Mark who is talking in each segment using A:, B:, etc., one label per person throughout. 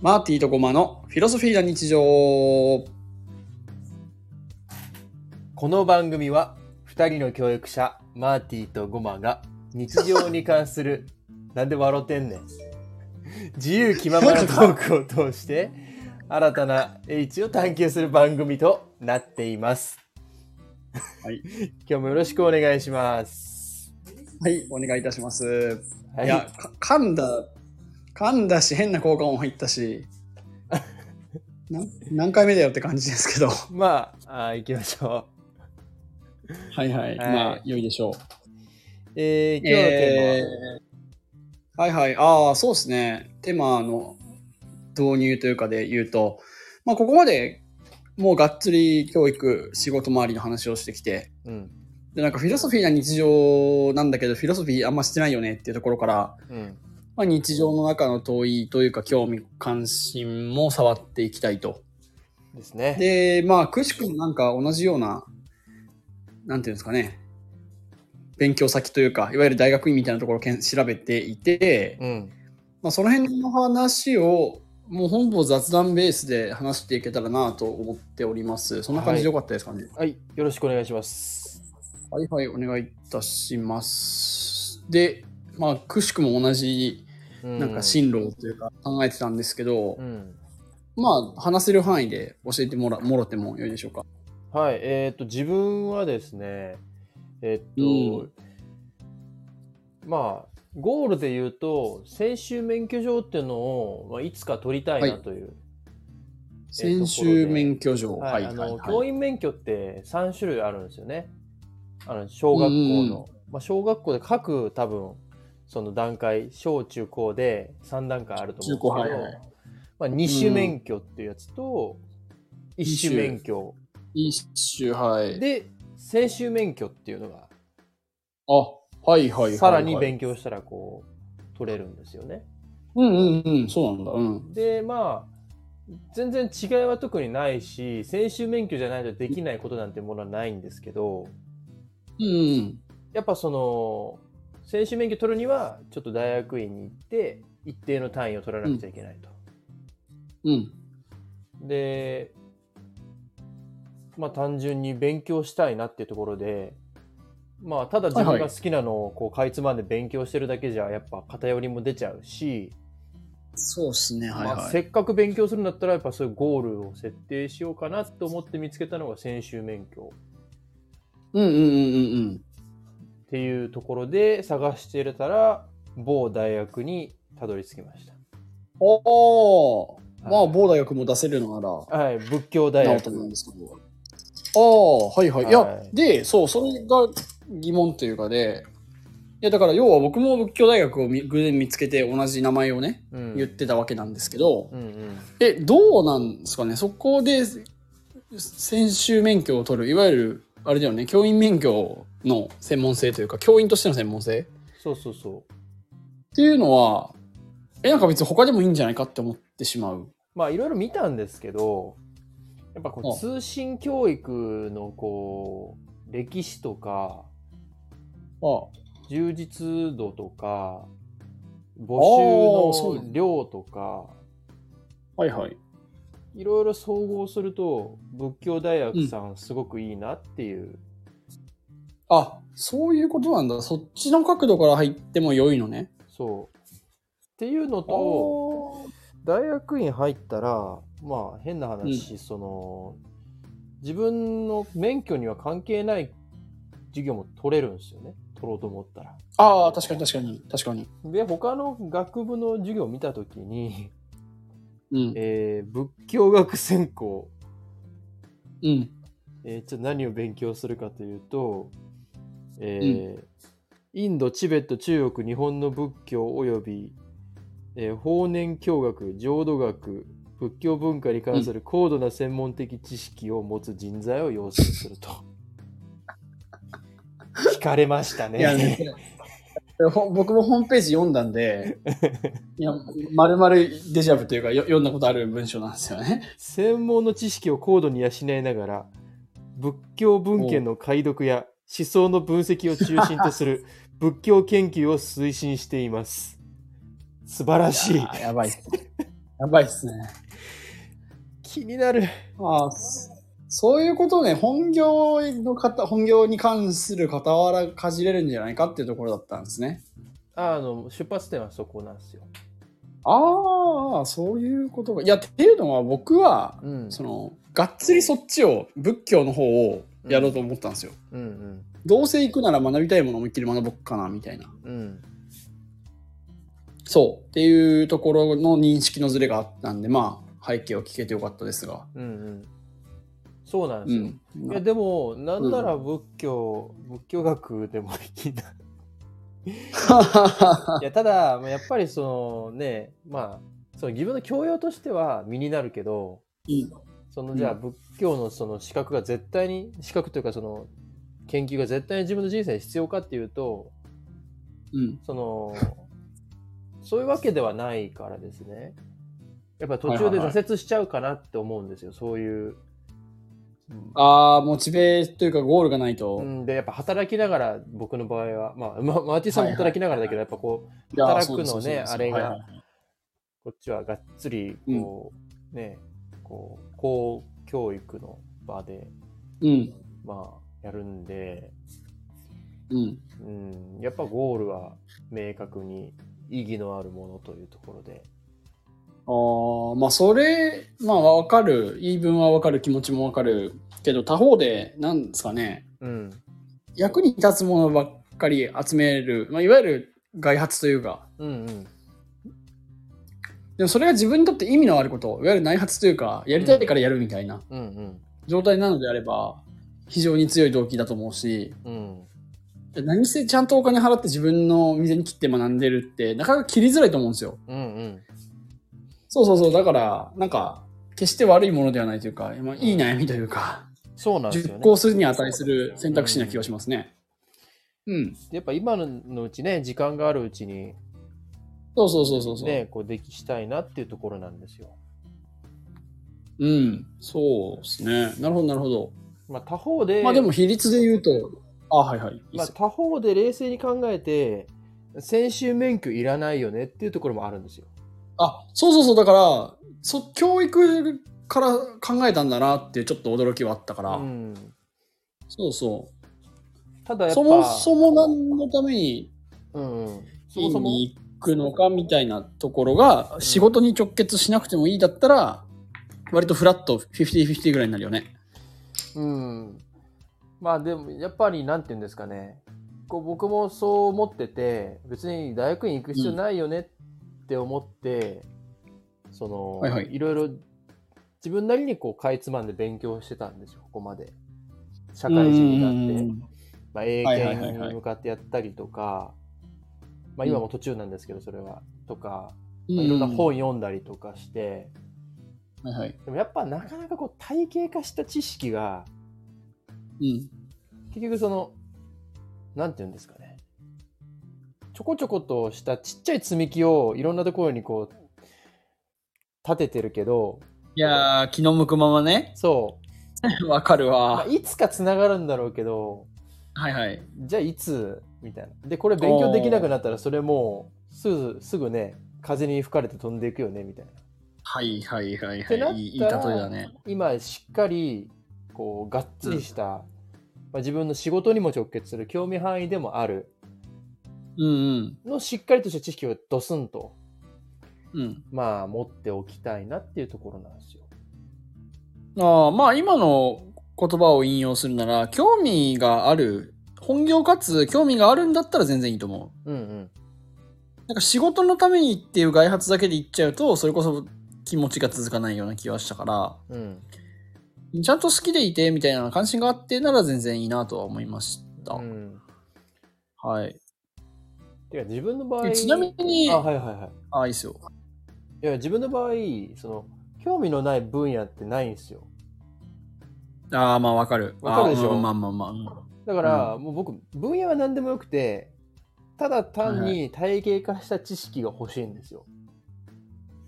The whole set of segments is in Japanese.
A: マーティとゴマのフィロソフィーな日常。
B: この番組は2人の教育者マーティとゴマが日常に関する なんで笑ってんねん自由気ままなトークを通して新たな H を探求する番組となっています。
A: はい、
B: 今日もよろしくお願いします。
A: はい、お願いいたします。、
B: はいい、
A: や、か噛んだ、噛んだし、変な効果音入ったし、 な何回目だよって感じですけど。は
B: まああー行きましょう。
A: いはい、まあ、良いでしょう。
B: えー、今日のテーマは、
A: えーはいはい。ああ、そうですね。テーマの導入というかで言うと、まあ、ここまでもうがっつり教育、仕事周りの話をしてきて、
B: うん
A: で、なんかフィロソフィーな日常なんだけど、フィロソフィーあんましてないよねっていうところから、
B: うん
A: まあ、日常の中の問いというか興味関心も触っていきたいと。
B: ですね。
A: で、まあ、くしくもなんか同じような、なんていうんですかね、勉強先というか、いわゆる大学院みたいなところをけん調べていて、
B: うん
A: まあ、その辺の話を、もうほぼ雑談ベースで話していけたらなと思っております。そんな感じでよかったですかね。
B: はい、よろしくお願いします。
A: はいはい、お願いいたします。で、まあ、くしくも同じ、なんか進路というか考えてたんですけど、
B: うん
A: まあ、話せる範囲で教えてもらもろてもよいでしょうか。
B: はい、えっ、と、自分はですね、えっ、
A: う
B: と、まあ、ゴールで言うと、先週免許証っていうのを、まあ、いつか取りたいなという。
A: 先週免許状。
B: はい、あの、教員免許って3種類あるんですよね。あの、小学校
A: うんうん
B: の。まあ、小学校で各多分、その段階、小中高で3段階あると思うんですけど、
A: 中高はいは
B: まあ、2種免許っていうやつと、1種免許。
A: 一種、はい。
B: で、先週免許っていうのが
A: あ、はいはいはい、はい。
B: さらに勉強したらこう取れるんですよね。
A: うんうんうん、そうなんだ。うん。
B: でまあ全然違いは特にないし先週免許じゃないとできないことなんてものはないんですけど
A: うんうん。
B: やっぱその先週免許取るにはちょっと大学院に行って一定の単位を取らなくちゃいけないと。
A: うん。
B: でまあ単純に勉強したいなっていうところで。まあ、ただ自分が好きなのをこうかいつまんで勉強してるだけじゃやっぱ偏りも出ちゃうし、
A: そうっすね、はい
B: まあ、
A: は
B: せ
A: い。
B: っかく勉強するんだったらやっぱそういうゴールを設定しようかなと思って見つけたのが先週免許
A: うんうんうんうん
B: っていうところで探して入れたら某大学にたどり着きまし
A: うん。おー。
B: た。
A: ま
B: は
A: あ、
B: い
A: 某大学も出せるのな
B: はい、仏教
A: ら、
B: 大
A: なお
B: 学
A: と思うんですけど。ああ、はいはい。いや
B: はい、
A: で、そう、それが疑問というかで、いや、だから要は僕も仏教大学を見偶然見つけて同じ名前をね、
B: うん
A: 言ってたわけなんですけど、
B: うんうん
A: えどうなんですかねそこで先週免許を取るいわゆるあれだよね教員免許の専門性というか教員としての専門性
B: そうそうそう
A: っていうのはえなんか別に他でもいいんじゃないかって思ってしまう。
B: まあいろいろ見たんですけどやっぱこ
A: うん
B: う通信教育のこう歴史とか
A: あ
B: 充実度とか
A: あー
B: 募
A: そう
B: 集
A: なん
B: の量とか
A: はいはい。
B: いろいろ総合すると仏教大学さんすごくいいなっていう、
A: あそういうことなんだそっちの角度から入っても良いのね。
B: そうっていうの
A: あ
B: と大学院入ったらまあ変な話、その自分の免許には関係ない授業も取れるんですよね取ろうと思ったら。
A: あー確かに確かに確かに。
B: で他の学部の授業を見た時に、
A: うん
B: えー仏教学専攻、
A: うん
B: えーちょっと何を勉強するかというと、えーインド、チベット、中国、日本の仏教および、えー法然教学、浄土学、仏教文化に関する高度な専門的知識を持つ人材を養成 すると。惹かれましたね。
A: いやね、ほん僕もホームページ読んだんで、いや、まるまるデジャブというかよ読んだことある文章なんですよね。
B: 専門の知識を高度に養いながら仏教文献の解読や思想の分析を中心とす る仏教研究を推進しています素晴らし い
A: あーやばい。やばいっすね。
B: 気になる。
A: まあ、そそういうことをね、本業の方、本業に関する傍らかじれるんじゃないかっていうところだったんですね。
B: あの、出発点はそこなんですよ。
A: ああ、そういうことが。いや、っていうのは僕は、
B: うん。
A: その、がっつりそっちを、仏教の方をやろうと思ったんですよ。
B: うん
A: どうせ行くなら学びたいものを思いっきり学ぼっかな、みたいな。
B: うん。うん。
A: そう。っていうところの認識のズレがあったんで、まあ、背景を聞けてよかったですが。
B: うんうん。そうなん
A: う
B: ですよ。
A: ん。
B: いやでも、なんなら仏教、仏教学でもいいな。いや、ただ、まあやっぱりそのね、まあ、その自分の教養としては身になるけど、
A: うん
B: そのじゃあ
A: うん
B: 仏教のその資格が絶対に、資格というかその研究が絶対に自分の人生に必要かっていうと、
A: うん。
B: その、そういうわけではないからですね。やっぱ途中で挫折しちゃうかなって思うんですよ、そういう。
A: ああ、モチベーというかゴールがないと。
B: うん、で、やっぱ働きながら、僕の場合は、まあ、まマーティさんも働きながらだけど、やっぱこう、
A: いや
B: 働
A: そ
B: く
A: う
B: のね
A: ですそうです
B: あれが
A: はいはい
B: こっちはがっつりこう、ねこう公教育の場で
A: うん。
B: まあやるんで、
A: うん。
B: うん、やっぱゴールは明確に意義のあるものというところで、
A: ああ、まあそれ、まあわかる。言い分はわかる。気持ちもわかる。けど他方で、なんですかね、
B: うん
A: 役に立つものばっかり集める、まあ、いわゆる外発というか、
B: うんうん
A: でもそれが自分にとって意味のあること、いわゆる内発というか、やりたいからやるみたいな
B: うん
A: 状態なのであれば、非常に強い動機だと思うし、
B: うんうん
A: 何せちゃんとお金払って自分の店に切って学んでるって、なかなか切りづらいと思うんですよ。
B: うん
A: そうそうそう、だから、なんか、決して悪いものではないというか、まあ、いい悩みというか、
B: そうなんですよ
A: 実
B: ね
A: 行するに値する選択肢な気がしますね。うん。
B: やっぱ今のうちね時間があるうちに
A: そうそうそうそうそう。
B: ねこうできしたいなっていうところなんですよ
A: うん。そうですね。なるほど、なるほど。
B: まあ他方で、
A: まあでも、比率で言うと、あ、はいはい。いい
B: ま
A: っ
B: あ、
A: すよ
B: 他方で冷静に考えて先週免許いらないよねっていうところもあるんですよ。
A: あ、そうそうそう、だから、そ教育から考えたんだなって、ちょっと驚きはあったから、
B: うん、
A: そうそ
B: ただや
A: う。
B: っぱ
A: そもそも何のために
B: うんうん、そも
A: 院
B: そも
A: に行くのかみたいなところが仕事に直結しなくてもいいだったら割とフラット50-50ぐらいになるよね。
B: うん、まあでもやっぱりなんて言うんですかねこう僕もそう思ってて別に大学院行く必要ないよねって思って、その、
A: はいはい
B: ろいろ自分なりにこうかいつまんで勉強してたんですよここまで社会人になって。まあ、英
A: はいはいはい
B: 検
A: はい
B: に向かってやったりとか、まあ、今も途中なんですけどそれは、とか、
A: うん
B: まあ、いろんな本読んだりとかして、
A: はいはい。
B: でもやっぱなかなかこう体系化した知識が
A: うん。
B: 結局そのなんて言うんですかねちょこちょことしたちっちゃい積み木をいろんなところにこう立ててるけど
A: いやー、気の向くままね。
B: そう、
A: わかる
B: まあ、
A: わ。
B: いつかつながるんだろうけど
A: はいはい。
B: じゃあいつみたいな。で、これ勉強できなくなったら、それもうすぐ、すぐね、風に吹かれて飛んでいくよね、みたいな。
A: はいはいはい
B: てな
A: は
B: ったら
A: い。いいいい例えだね。
B: 今、しっかり、こう、がっつりした、まあ、自分の仕事にも直結する、興味範囲でもある、
A: うんうん。
B: のしっかりとした知識をドスンと、
A: うん、
B: まあ、持っておきたいなっていうところなんですよ。
A: あーまあ今の言葉を引用するなら興味がある本業かつ興味があるんだったら全然いいと思う。
B: うんうん。
A: なんか仕事のためにっていう外発だけで行っちゃうと、それこそ気持ちが続かないような気はしたか
B: うん。
A: ら、ちゃんと好きでいてみたいな関心があってなら全然いいなとは思いました。
B: うん、
A: はい。
B: てか、自分の場合、
A: でちなみに、
B: あ、
A: あ、
B: はいはいはい。
A: いいっすよ。
B: いや、自分の場合、その、興味のない分野ってないんですよ。
A: ああ、まあわかる。
B: わかるでしょ
A: あーまあまあまあまあ。
B: だから、もう僕分野は何でもよくてただ単に体系化した知識が欲しいんですよ、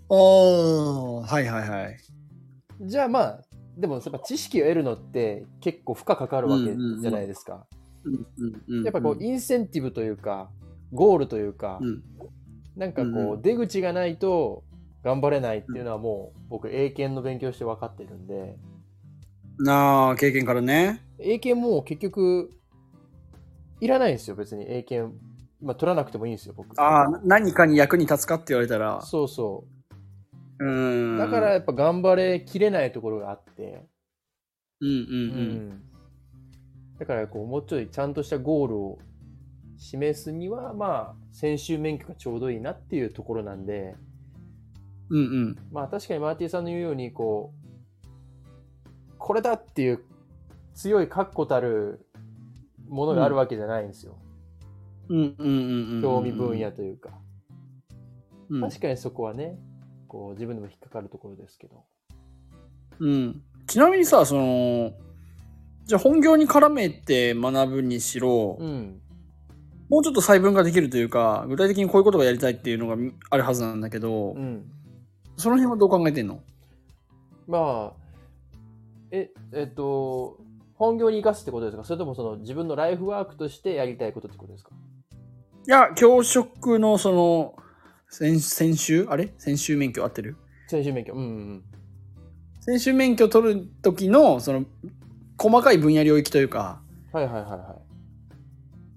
A: おー、はいはいはい。
B: じゃあまあでもやっぱ知識を得るのって結構負荷かかるわけ
A: うんうんうん
B: じゃないですか、
A: うんうんうん、
B: やっぱこうインセンティブというかゴールというか、
A: うん、
B: なんかこう、
A: うんう
B: 出口がないと頑張れないっていうのはもう僕英検の勉強して分かってるんで
A: なあ、経験からね。
B: 英検もう結局いらないんですよ別に英検、まあ、取らなくてもいいんですよ僕
A: ああ、何かに役に立つかって言われたら。。
B: そうそううんだから、やっぱ頑張れきれないところがあって、
A: うんうん
B: うだからこうもうちょいちゃんとしたゴールを示すにはまあ先週免許がちょうどいいなっていうところなんで
A: うん。うんうん。
B: まあ確かにマーティさんの言うようにこうこれだっていう強い確固たるものがあるわけじゃないんですよ、
A: うんうんうんうん。
B: 興味分野というか、
A: うん。
B: 確かにそこはねこう自分でも引っかかるところですけど
A: うん。ちなみにさ、その、じゃあ本業に絡めて学ぶにしろ、
B: うん
A: もうちょっと細分化できるというか、具体的にこういうことがやりたいっていうのがあるはずなんだけど、
B: うん
A: その辺はどう考えてんの
B: まあええっと本業に生かすってことですかそれともその自分のライフワークとしてやりたいことってことですか
A: いや、教職のその、先先週あれ先週免許合ってる
B: 先週免許うんうん
A: 先週免許取る時の、その、細かい分野領域というか、
B: はいはいはいは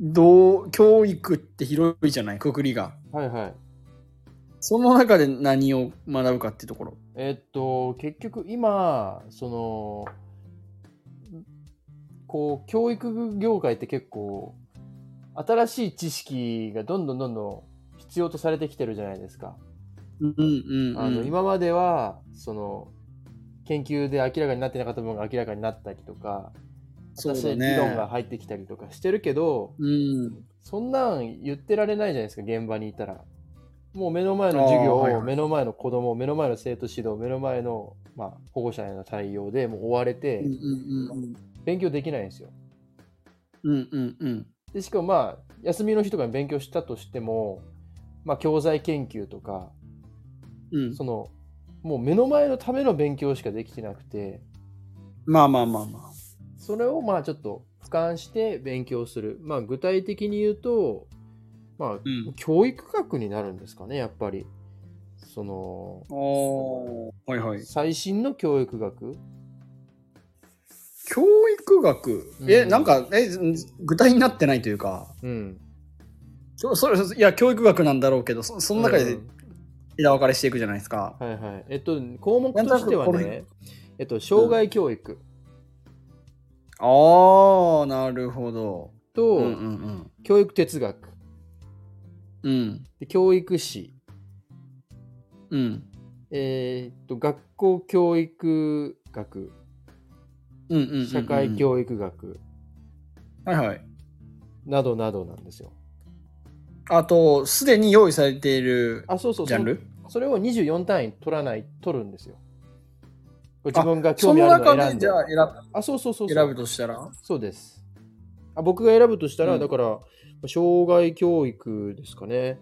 A: どう、教育って広いじゃない、くくりが。
B: いはいはい
A: その中で何を学ぶかっていうところ。
B: えっと結局今そのこう教育業界って結構新しい知識がどんどんどんどん必要とされてきてるじゃないですか。
A: うんうんうん。
B: あの今まではその研究で明らかになってなかった部分が明らかになったりとか
A: そう
B: 新
A: だ
B: しい
A: ね
B: 理論が入ってきたりとかしてるけど
A: うん。
B: そんなん言ってられないじゃないですか現場にいたら。もう目の前の授業を、
A: あーはいはい
B: 目の前の子供目の前の生徒指導目の前の、まあ、保護者への対応でもう追われて、
A: うんうん
B: 勉強できないんですよ。
A: うん。うんうんうん。
B: でしかもまあ休みの日とかに勉強したとしても、まあ、教材研究とか
A: うん。
B: そのもう目の前のための勉強しかできてなくて
A: まあまあまあまあ。
B: それをまあちょっと俯瞰して勉強する、まあ、具体的に言うと、まあ、
A: うん
B: 教育学になるんですかねやっぱりその
A: おーはいはい。
B: 最新の教育学
A: 教育学え、
B: うん
A: なんか、え、具体になってないというか、
B: うん
A: きょそれいや、教育学なんだろうけど、そその中
B: う
A: で
B: ん
A: 枝分かれしていくじゃないですか。
B: はいはいえっと項目としては
A: なんとなくこの
B: ねえっと障害教育
A: あー、なるほど。
B: と、
A: うんうん
B: 教育哲学
A: うん。うん。
B: で教育史、
A: うん。
B: えーっと学校教育学
A: うんうんうんうん。
B: 社会教育学
A: はいはい。
B: などなどなんですよ。
A: あと、すでに用意されている
B: あそうそう
A: ジ
B: そ
A: ャン
B: の
A: ル
B: それを24単位取らない取るんですよ。これ自分が興味
A: そ
B: あ
A: の
B: るのを
A: 中
B: 選
A: で
B: ん
A: じ
B: で。
A: ゃあ選ぶ
B: あそうそうそうそう
A: 選ぶとしたら
B: そうですあ。僕が選ぶとしたら、
A: うん
B: だから障害教育ですかね。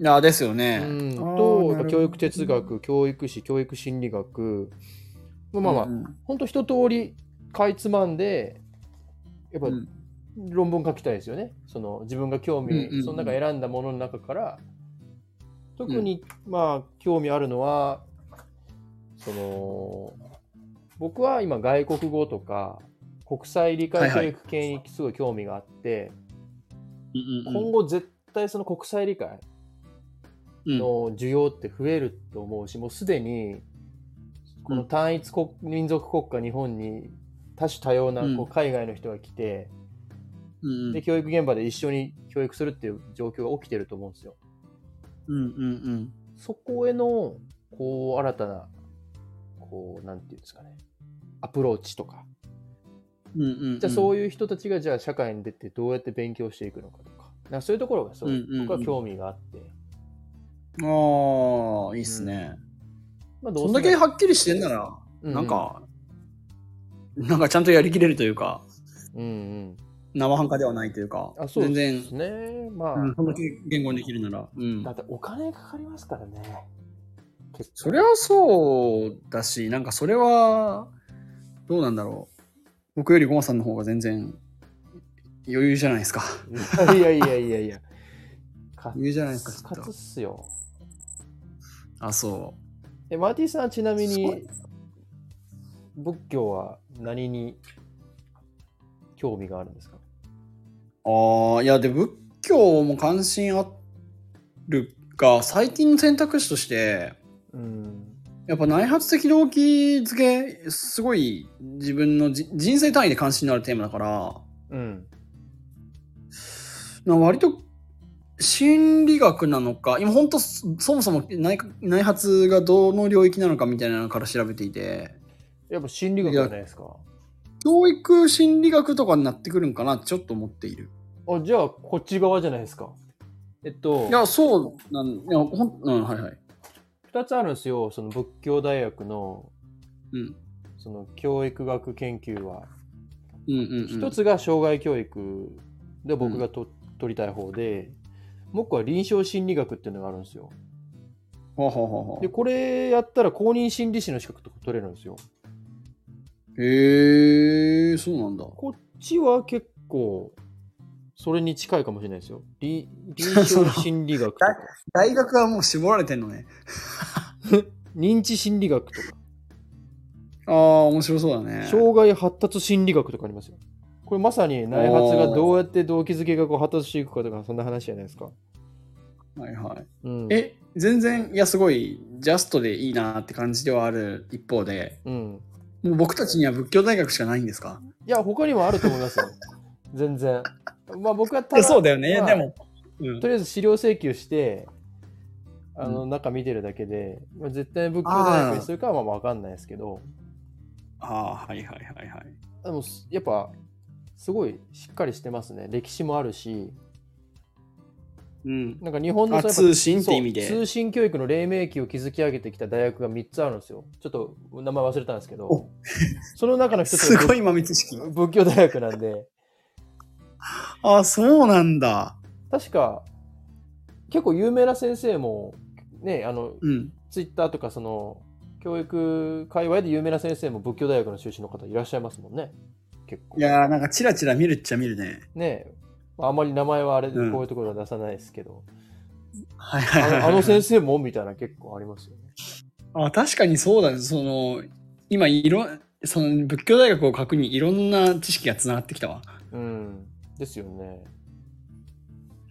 A: いやですよ
B: う
A: ね。あ
B: ん、
A: ー
B: と
A: なるほど
B: 教育哲学教育史教育心理学まあまあまあ、
A: うんうん
B: ほんと一通りかいつまんでやっぱ
A: うん
B: 論文書きたいですよね、その自分が興味、
A: うんうんうん
B: その中選んだものの中から特に、まあ興味あるのはその僕は今外国語とか国際理解教育系にすごい興味があって、
A: うん
B: 今後絶対その国際理解
A: うんうん
B: の需要って増えると思うし、もうすでにこの単一国、民族国家日本に多種多様な
A: うん
B: こう海外の人が来て、
A: うん
B: で教育現場で一緒に教育するっていう状況が起きてると思うんですよ。
A: うんうん
B: そこへのこう新たなこうなんていうんですかねアプローチとか、
A: うんうんうんうん
B: じゃあそういう人たちがじゃあ社会に出てどうやって勉強していくのかとかなんかそういうところがそう、
A: うんうんうん
B: 僕は興味があって、
A: ああ、いいっすね。
B: まあ、
A: そ
B: せ
A: んだけはっきりしてんなら、
B: うう
A: なんか、なんかちゃんとやりきれるというか、
B: うんうん
A: 生半可ではないというか、
B: あそう
A: 全
B: で
A: 然
B: す、ねまあ、
A: うん、そんだけ言語にできるなら。うん
B: だ。ってお金かかりますからね。結構
A: それはそうだし、なんかそれは、どうなんだろう。僕よりゴマさんの方が全然、余裕じゃないですか。
B: いやいやいやいやいや。か
A: 余裕じゃないです
B: つ
A: か、
B: か
A: きっ
B: つっ
A: と。
B: すよ。
A: あ、そ
B: え、マーティさんはちなみ
A: すご
B: に
A: い
B: 仏教は何に興味があるんですか
A: う。ああ、いや、で、仏教も関心あるが、最近の選択肢として、
B: うん。
A: やっぱ内発的動機づけ、すごい自分のじ人生単位で関心のあるテーマだから、
B: うん。
A: な割と心理学なのか、今本当そそもそも内内発がどの領域なのかみたいなのから調べていて、
B: やっぱ心理学じゃないですか。
A: 教育心理学とかになってくるんかなってちょっと思っている。
B: あ、じゃあこっち側じゃないですか。えっと
A: い、や、そうなん、いや、ほん、うん、はいはい。
B: 2つあるんですよ。その仏教大学の
A: うん、
B: その教育学研究は。
A: うん、うん、うん。
B: 一つが障害教育で僕がと、取りたい方で、もう一個は臨床心理学っていうのがあるんですよ。
A: はははは
B: で、。これやったら公認心理師の資格とか取れるんですよ。
A: へえ、そうなんだ。
B: こっちは結構、それに近いかもしれないですよ。り臨
A: そ
B: 床
A: の
B: 心理学とか、
A: 大学はもう絞られてんのね。
B: 認知心理学とか、
A: ああ、面白そうだね。
B: 障害発達心理学とかありますよ。これまさに内発がどうやって動機づけがこう発達していくかとか、そんな話じゃないですか。
A: はいはい。
B: うん、
A: え、全然、いや、すごい、ジャストでいいなって感じではある一方で、
B: うん。
A: もう僕たちには仏教大学しかないんですか
B: いや、他にもあると思いますよ。 全然。まあ僕はた
A: いや
B: だ
A: そうだよね、
B: まあ
A: でも、うん
B: とりあえず資料請求して、あの、
A: う
B: 中見てるだけで、まあ、絶対仏教大学にするかはまあわかんないですけど、
A: ああはいはいはいはい
B: でもすやっぱ、すごいしっかりしてますね。歴史もあるし、
A: うん
B: なんか日本の
A: あ
B: その
A: 通信って意味で
B: そう通信教育の黎明期を築き上げてきた大学が3つあるんですよ。ちょっと名前忘れたんですけど
A: お、
B: その中の一つ
A: す
B: が
A: ごい
B: 仏
A: 豆知識
B: 仏教大学なんで、
A: ああそうなんだ
B: 確か、結構有名な先生も、ね、あの、
A: うん
B: ツイッターとかその教育界隈で有名な先生も仏教大学の修士の方いらっしゃいますもんね結構
A: いやーなんかチラチラ見るっちゃ見るね
B: ねえまああんまり名前はあれで
A: うん
B: こういうところは出さないですけど、
A: はいはいはい
B: あ
A: は
B: の
A: い
B: あの先生もみたいな結構ありますよね
A: あ確かにそうだねその今いろその仏教大学を書くにいろんな知識がつながってきたわ
B: うんですよね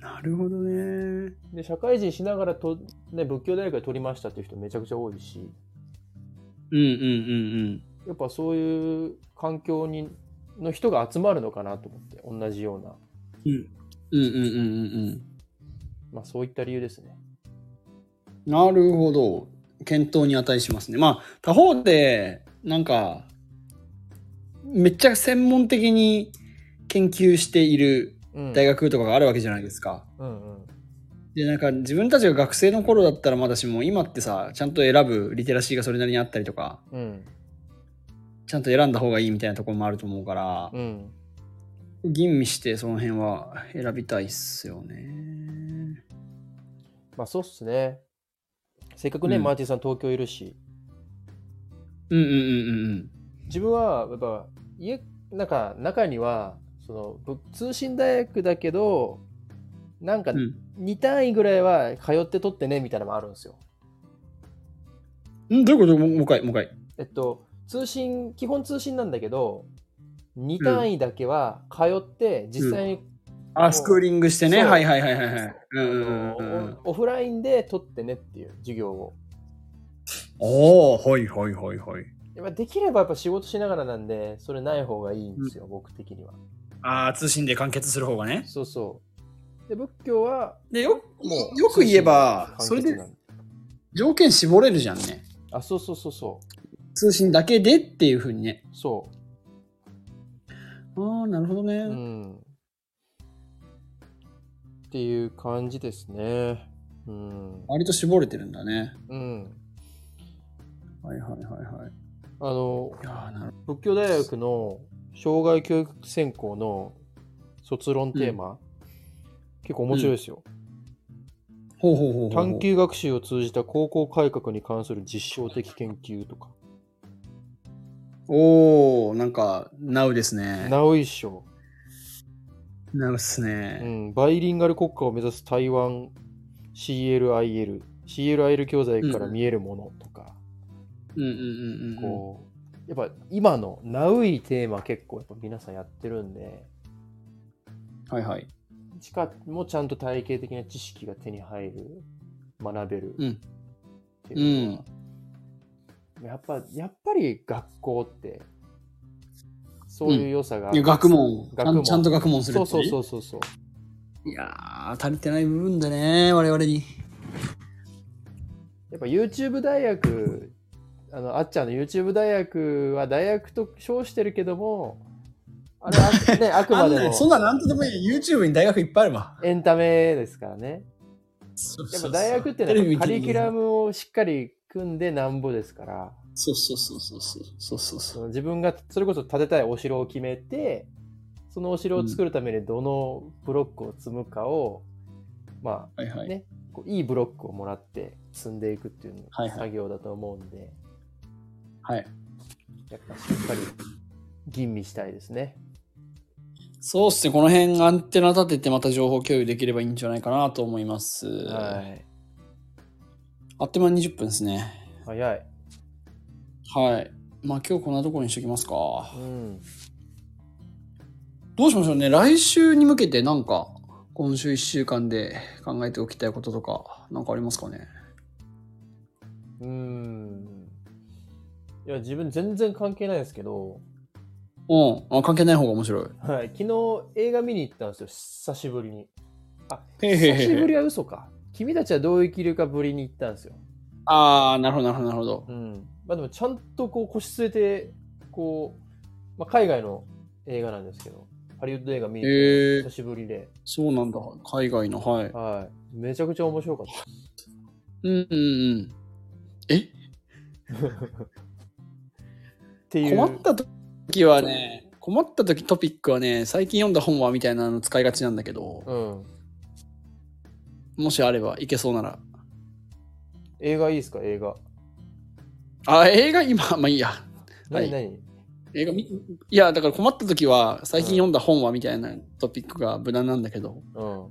A: なるほどね
B: で社会人しながらと、ね、仏教大学で取りましたっていう人めちゃくちゃ多いし
A: うんうん
B: やっぱそういう環境にの人が集まるのかなと思って同じような、
A: うんうんうんうんうんうんうん
B: まあ、そういった理由ですね
A: なるほど。検討に値しますね。まあ、他方で、なんか、めっちゃ専門的に研究している
B: うん
A: 大学とかがあるわけじゃないですか。
B: うんうん
A: で、なんか自分たちが学生の頃だったらまだしも、今ってさ、ちゃんと選ぶリテラシーがそれなりにあったりとか、
B: うん
A: ちゃんと選んだ方がいいみたいなところもあると思うから、
B: うん
A: 吟味してその辺は選びたいっすよね。
B: まあそうっすね。せっかくね、
A: うん
B: マーティンさん東京いるし、
A: うんうんうんうん
B: 自分はやっぱ家、なんか中には、そのぶ通信大学だけど、なんか
A: うん。うん
B: 2単位ぐらいは通って取ってねみたいなのもあるんですよ。
A: んどういうこともうもう一回、もう一回。
B: えっと、通信、基本通信なんだけど、2単位だけは通って、実際に、
A: あ、スクーリングしてね。
B: そう
A: はいはいはいはいはい。う
B: あ
A: ん
B: の
A: うんうんうん。
B: オオフラインで取ってねっていう授業を。
A: おおはいはいはいはい。
B: やっぱできればやっぱ仕事しながらなんで、それない方がいいんですよ、僕的には。
A: ああ、通信で完結する方がね。
B: そうそう。で、仏教は、
A: で、よ
B: もう
A: よく言えば、
B: 通
A: そ
B: 信
A: れ
B: の関係
A: で
B: なん
A: 条件絞れるじゃんね。
B: あ、そうそうそうそう。
A: 通信だけでっていうふうにね。
B: そ
A: ああ、なるほどね。
B: う。うん。っていう感じですね。うん。
A: 割と絞れてるんだね。
B: うん。
A: はいはいはいはい。
B: あの、
A: いやーなる
B: 仏教大学の障害教育専攻の卒論テーマ、結構面白いですよ。
A: ほど。ほうほうほうほう。
B: 探究学習を通じた高校改革に関する実証的研究とか。
A: おおなんか、ナウですね。
B: ナウイ賞。
A: ナウっす
B: う
A: ね。
B: ん、バイリンガル国家を目指す台湾 CLIL CLIL 教材から見えるものとか、
A: うんうんうんうん。
B: こうやっぱ今のナウいテーマ結構やっぱ皆さんやってるんで
A: はいはい。
B: 地下もちゃんと体系的な知識が手に入る学べる
A: うん
B: っていうのは、やっぱやっぱり学校ってそういう良さがあ
A: い
B: る、
A: や学問ちゃ
B: 学問
A: ん、ちゃんと学問する。
B: そうそうそううそうそう
A: いやー、足りてない部分だね、我々に。
B: やっぱ YouTube 大学あのあっちゃんの YouTube 大学は大学と称してるけどもあれはあ,、ね、あく
A: あ
B: ま
A: ん
B: で
A: な
B: も
A: ねそんななんとでもいい。YouTube に大学いっぱいあるわ。
B: エンタメですからね
A: そう
B: やっ
A: そうそ
B: ぱ
A: う
B: 大学って
A: テレビ
B: の
A: 見
B: はカリキュラ
A: ム。
B: ムをしっかり組んでなんぼですから
A: そうそうそうそうそうそうそう
B: そ
A: そう。
B: の自分がそれこそ建てたいお城を決めてそのお城を作るためにどのブロックを積むかを、ま
A: はいはい。
B: ねあこういいブロックをもらって積んでいくっていうの
A: はいはい
B: 作業だと思うんで、
A: はい。
B: やっぱしっかり吟味したいですね。
A: そうっすね、この辺アンテナ立ててまた情報共有できればいいんじゃないかなと思います。
B: はい、
A: あっという間に20分ですね。
B: 早い、
A: はい。まあ今日こんなところにしときますか。
B: うん、
A: どうしましょうね。来週に向けてなんか、今週1週間で考えておきたいこととか、なんかありますかね。
B: うんいや自分全然関係ないですけど、
A: うん。あ関係ない方が面白い。
B: はい、昨日映画見に行ったんですよ久しぶりに
A: へ
B: 久しぶりは嘘か 君たちはどう生きるかぶりに行ったんですよ、
A: ああ、なるほど、なるほど、なるほど。
B: うんまあ、でもちゃんとこう腰据えてこう、まあ、海外の映画なんですけどハリウッド映画見に行って
A: へえ
B: 久しぶりで、
A: そうなんだ。海外の、はい。
B: はい、めちゃくちゃ面白かった
A: うんうんうん。え
B: っていう
A: 困った時はね、困った時トピックはね、最近読んだ本はみたいなの使いがちなんだけど、
B: うん、
A: もしあればいけそうなら。
B: 映画いいですか映画
A: あ、映画今、まあいいや。は
B: 何
A: い
B: 何、
A: 映画みいや、だから困った時は、最近読んだ本はみたいなトピックが無難なんだけど、
B: うん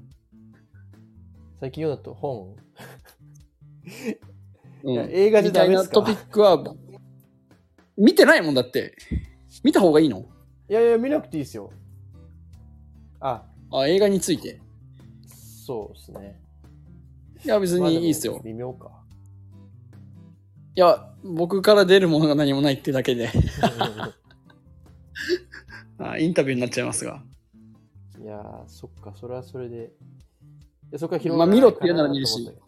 B: 最近読んだと本、
A: うん
B: いや映画じゃ
A: みた
B: ダ
A: い
B: メで
A: な
B: すか
A: トピックは、見てないもんだって。見た方がいいの
B: いやいや見なくていいですよあ
A: あ、映画について。
B: そうですね
A: いや、別
B: まあ
A: に
B: も
A: いいっすよ。
B: 微妙か
A: いや、僕から出るものが何もないってだけで、 あインタビューになっちゃいますが。
B: いやーそっかそれはそれでいやそっから広
A: まあ
B: が
A: 見ろって言う
B: か
A: なら見るし
B: と思ったけ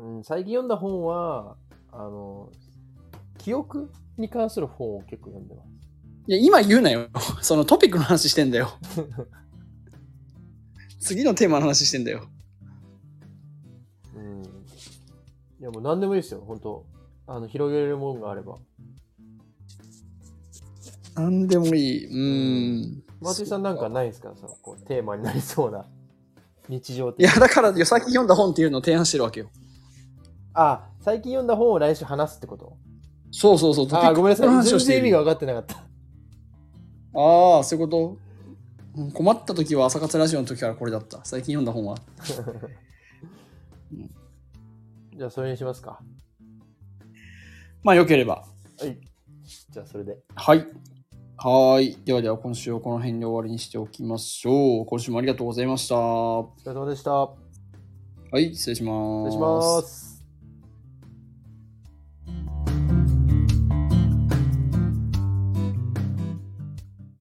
B: どうん、最近読んだ本はあの記憶に関する本を結構読んでます
A: いや、今言うなよ。 そのトピックの話してん だよ。次のテーマの話してんだよ。
B: うんいやもう何でもいいですよ、本当あの広げれるもんがあれば。
A: なんでもいい。うーん。
B: 松井さんなんかないですかそのこうテーマになりそうな日常
A: い
B: 的
A: や、だからいや最近読んだ本っていうのを提案してるわけよ。
B: あ、最近読んだ本を来週話すってこと
A: そうそうそう。トピ
B: あ、
A: ッ
B: ご
A: ク
B: め
A: の
B: んなさい。
A: 話を
B: 全
A: して
B: 然
A: い
B: 意
A: る
B: 味が分かってなかった。
A: ああ、そういうこと。うん困った時は朝活ラジオの時からこれだった。最近読んだ本は。
B: じゃあそれにしますか。
A: まあ、よければ。
B: はい。じゃあそれで。
A: はい。はーい。ではでは、今週はこの辺で終わりにしておきましょう。今週もありがとうございました。は
B: お疲れ様でした。
A: い、失礼します。
B: 失礼します。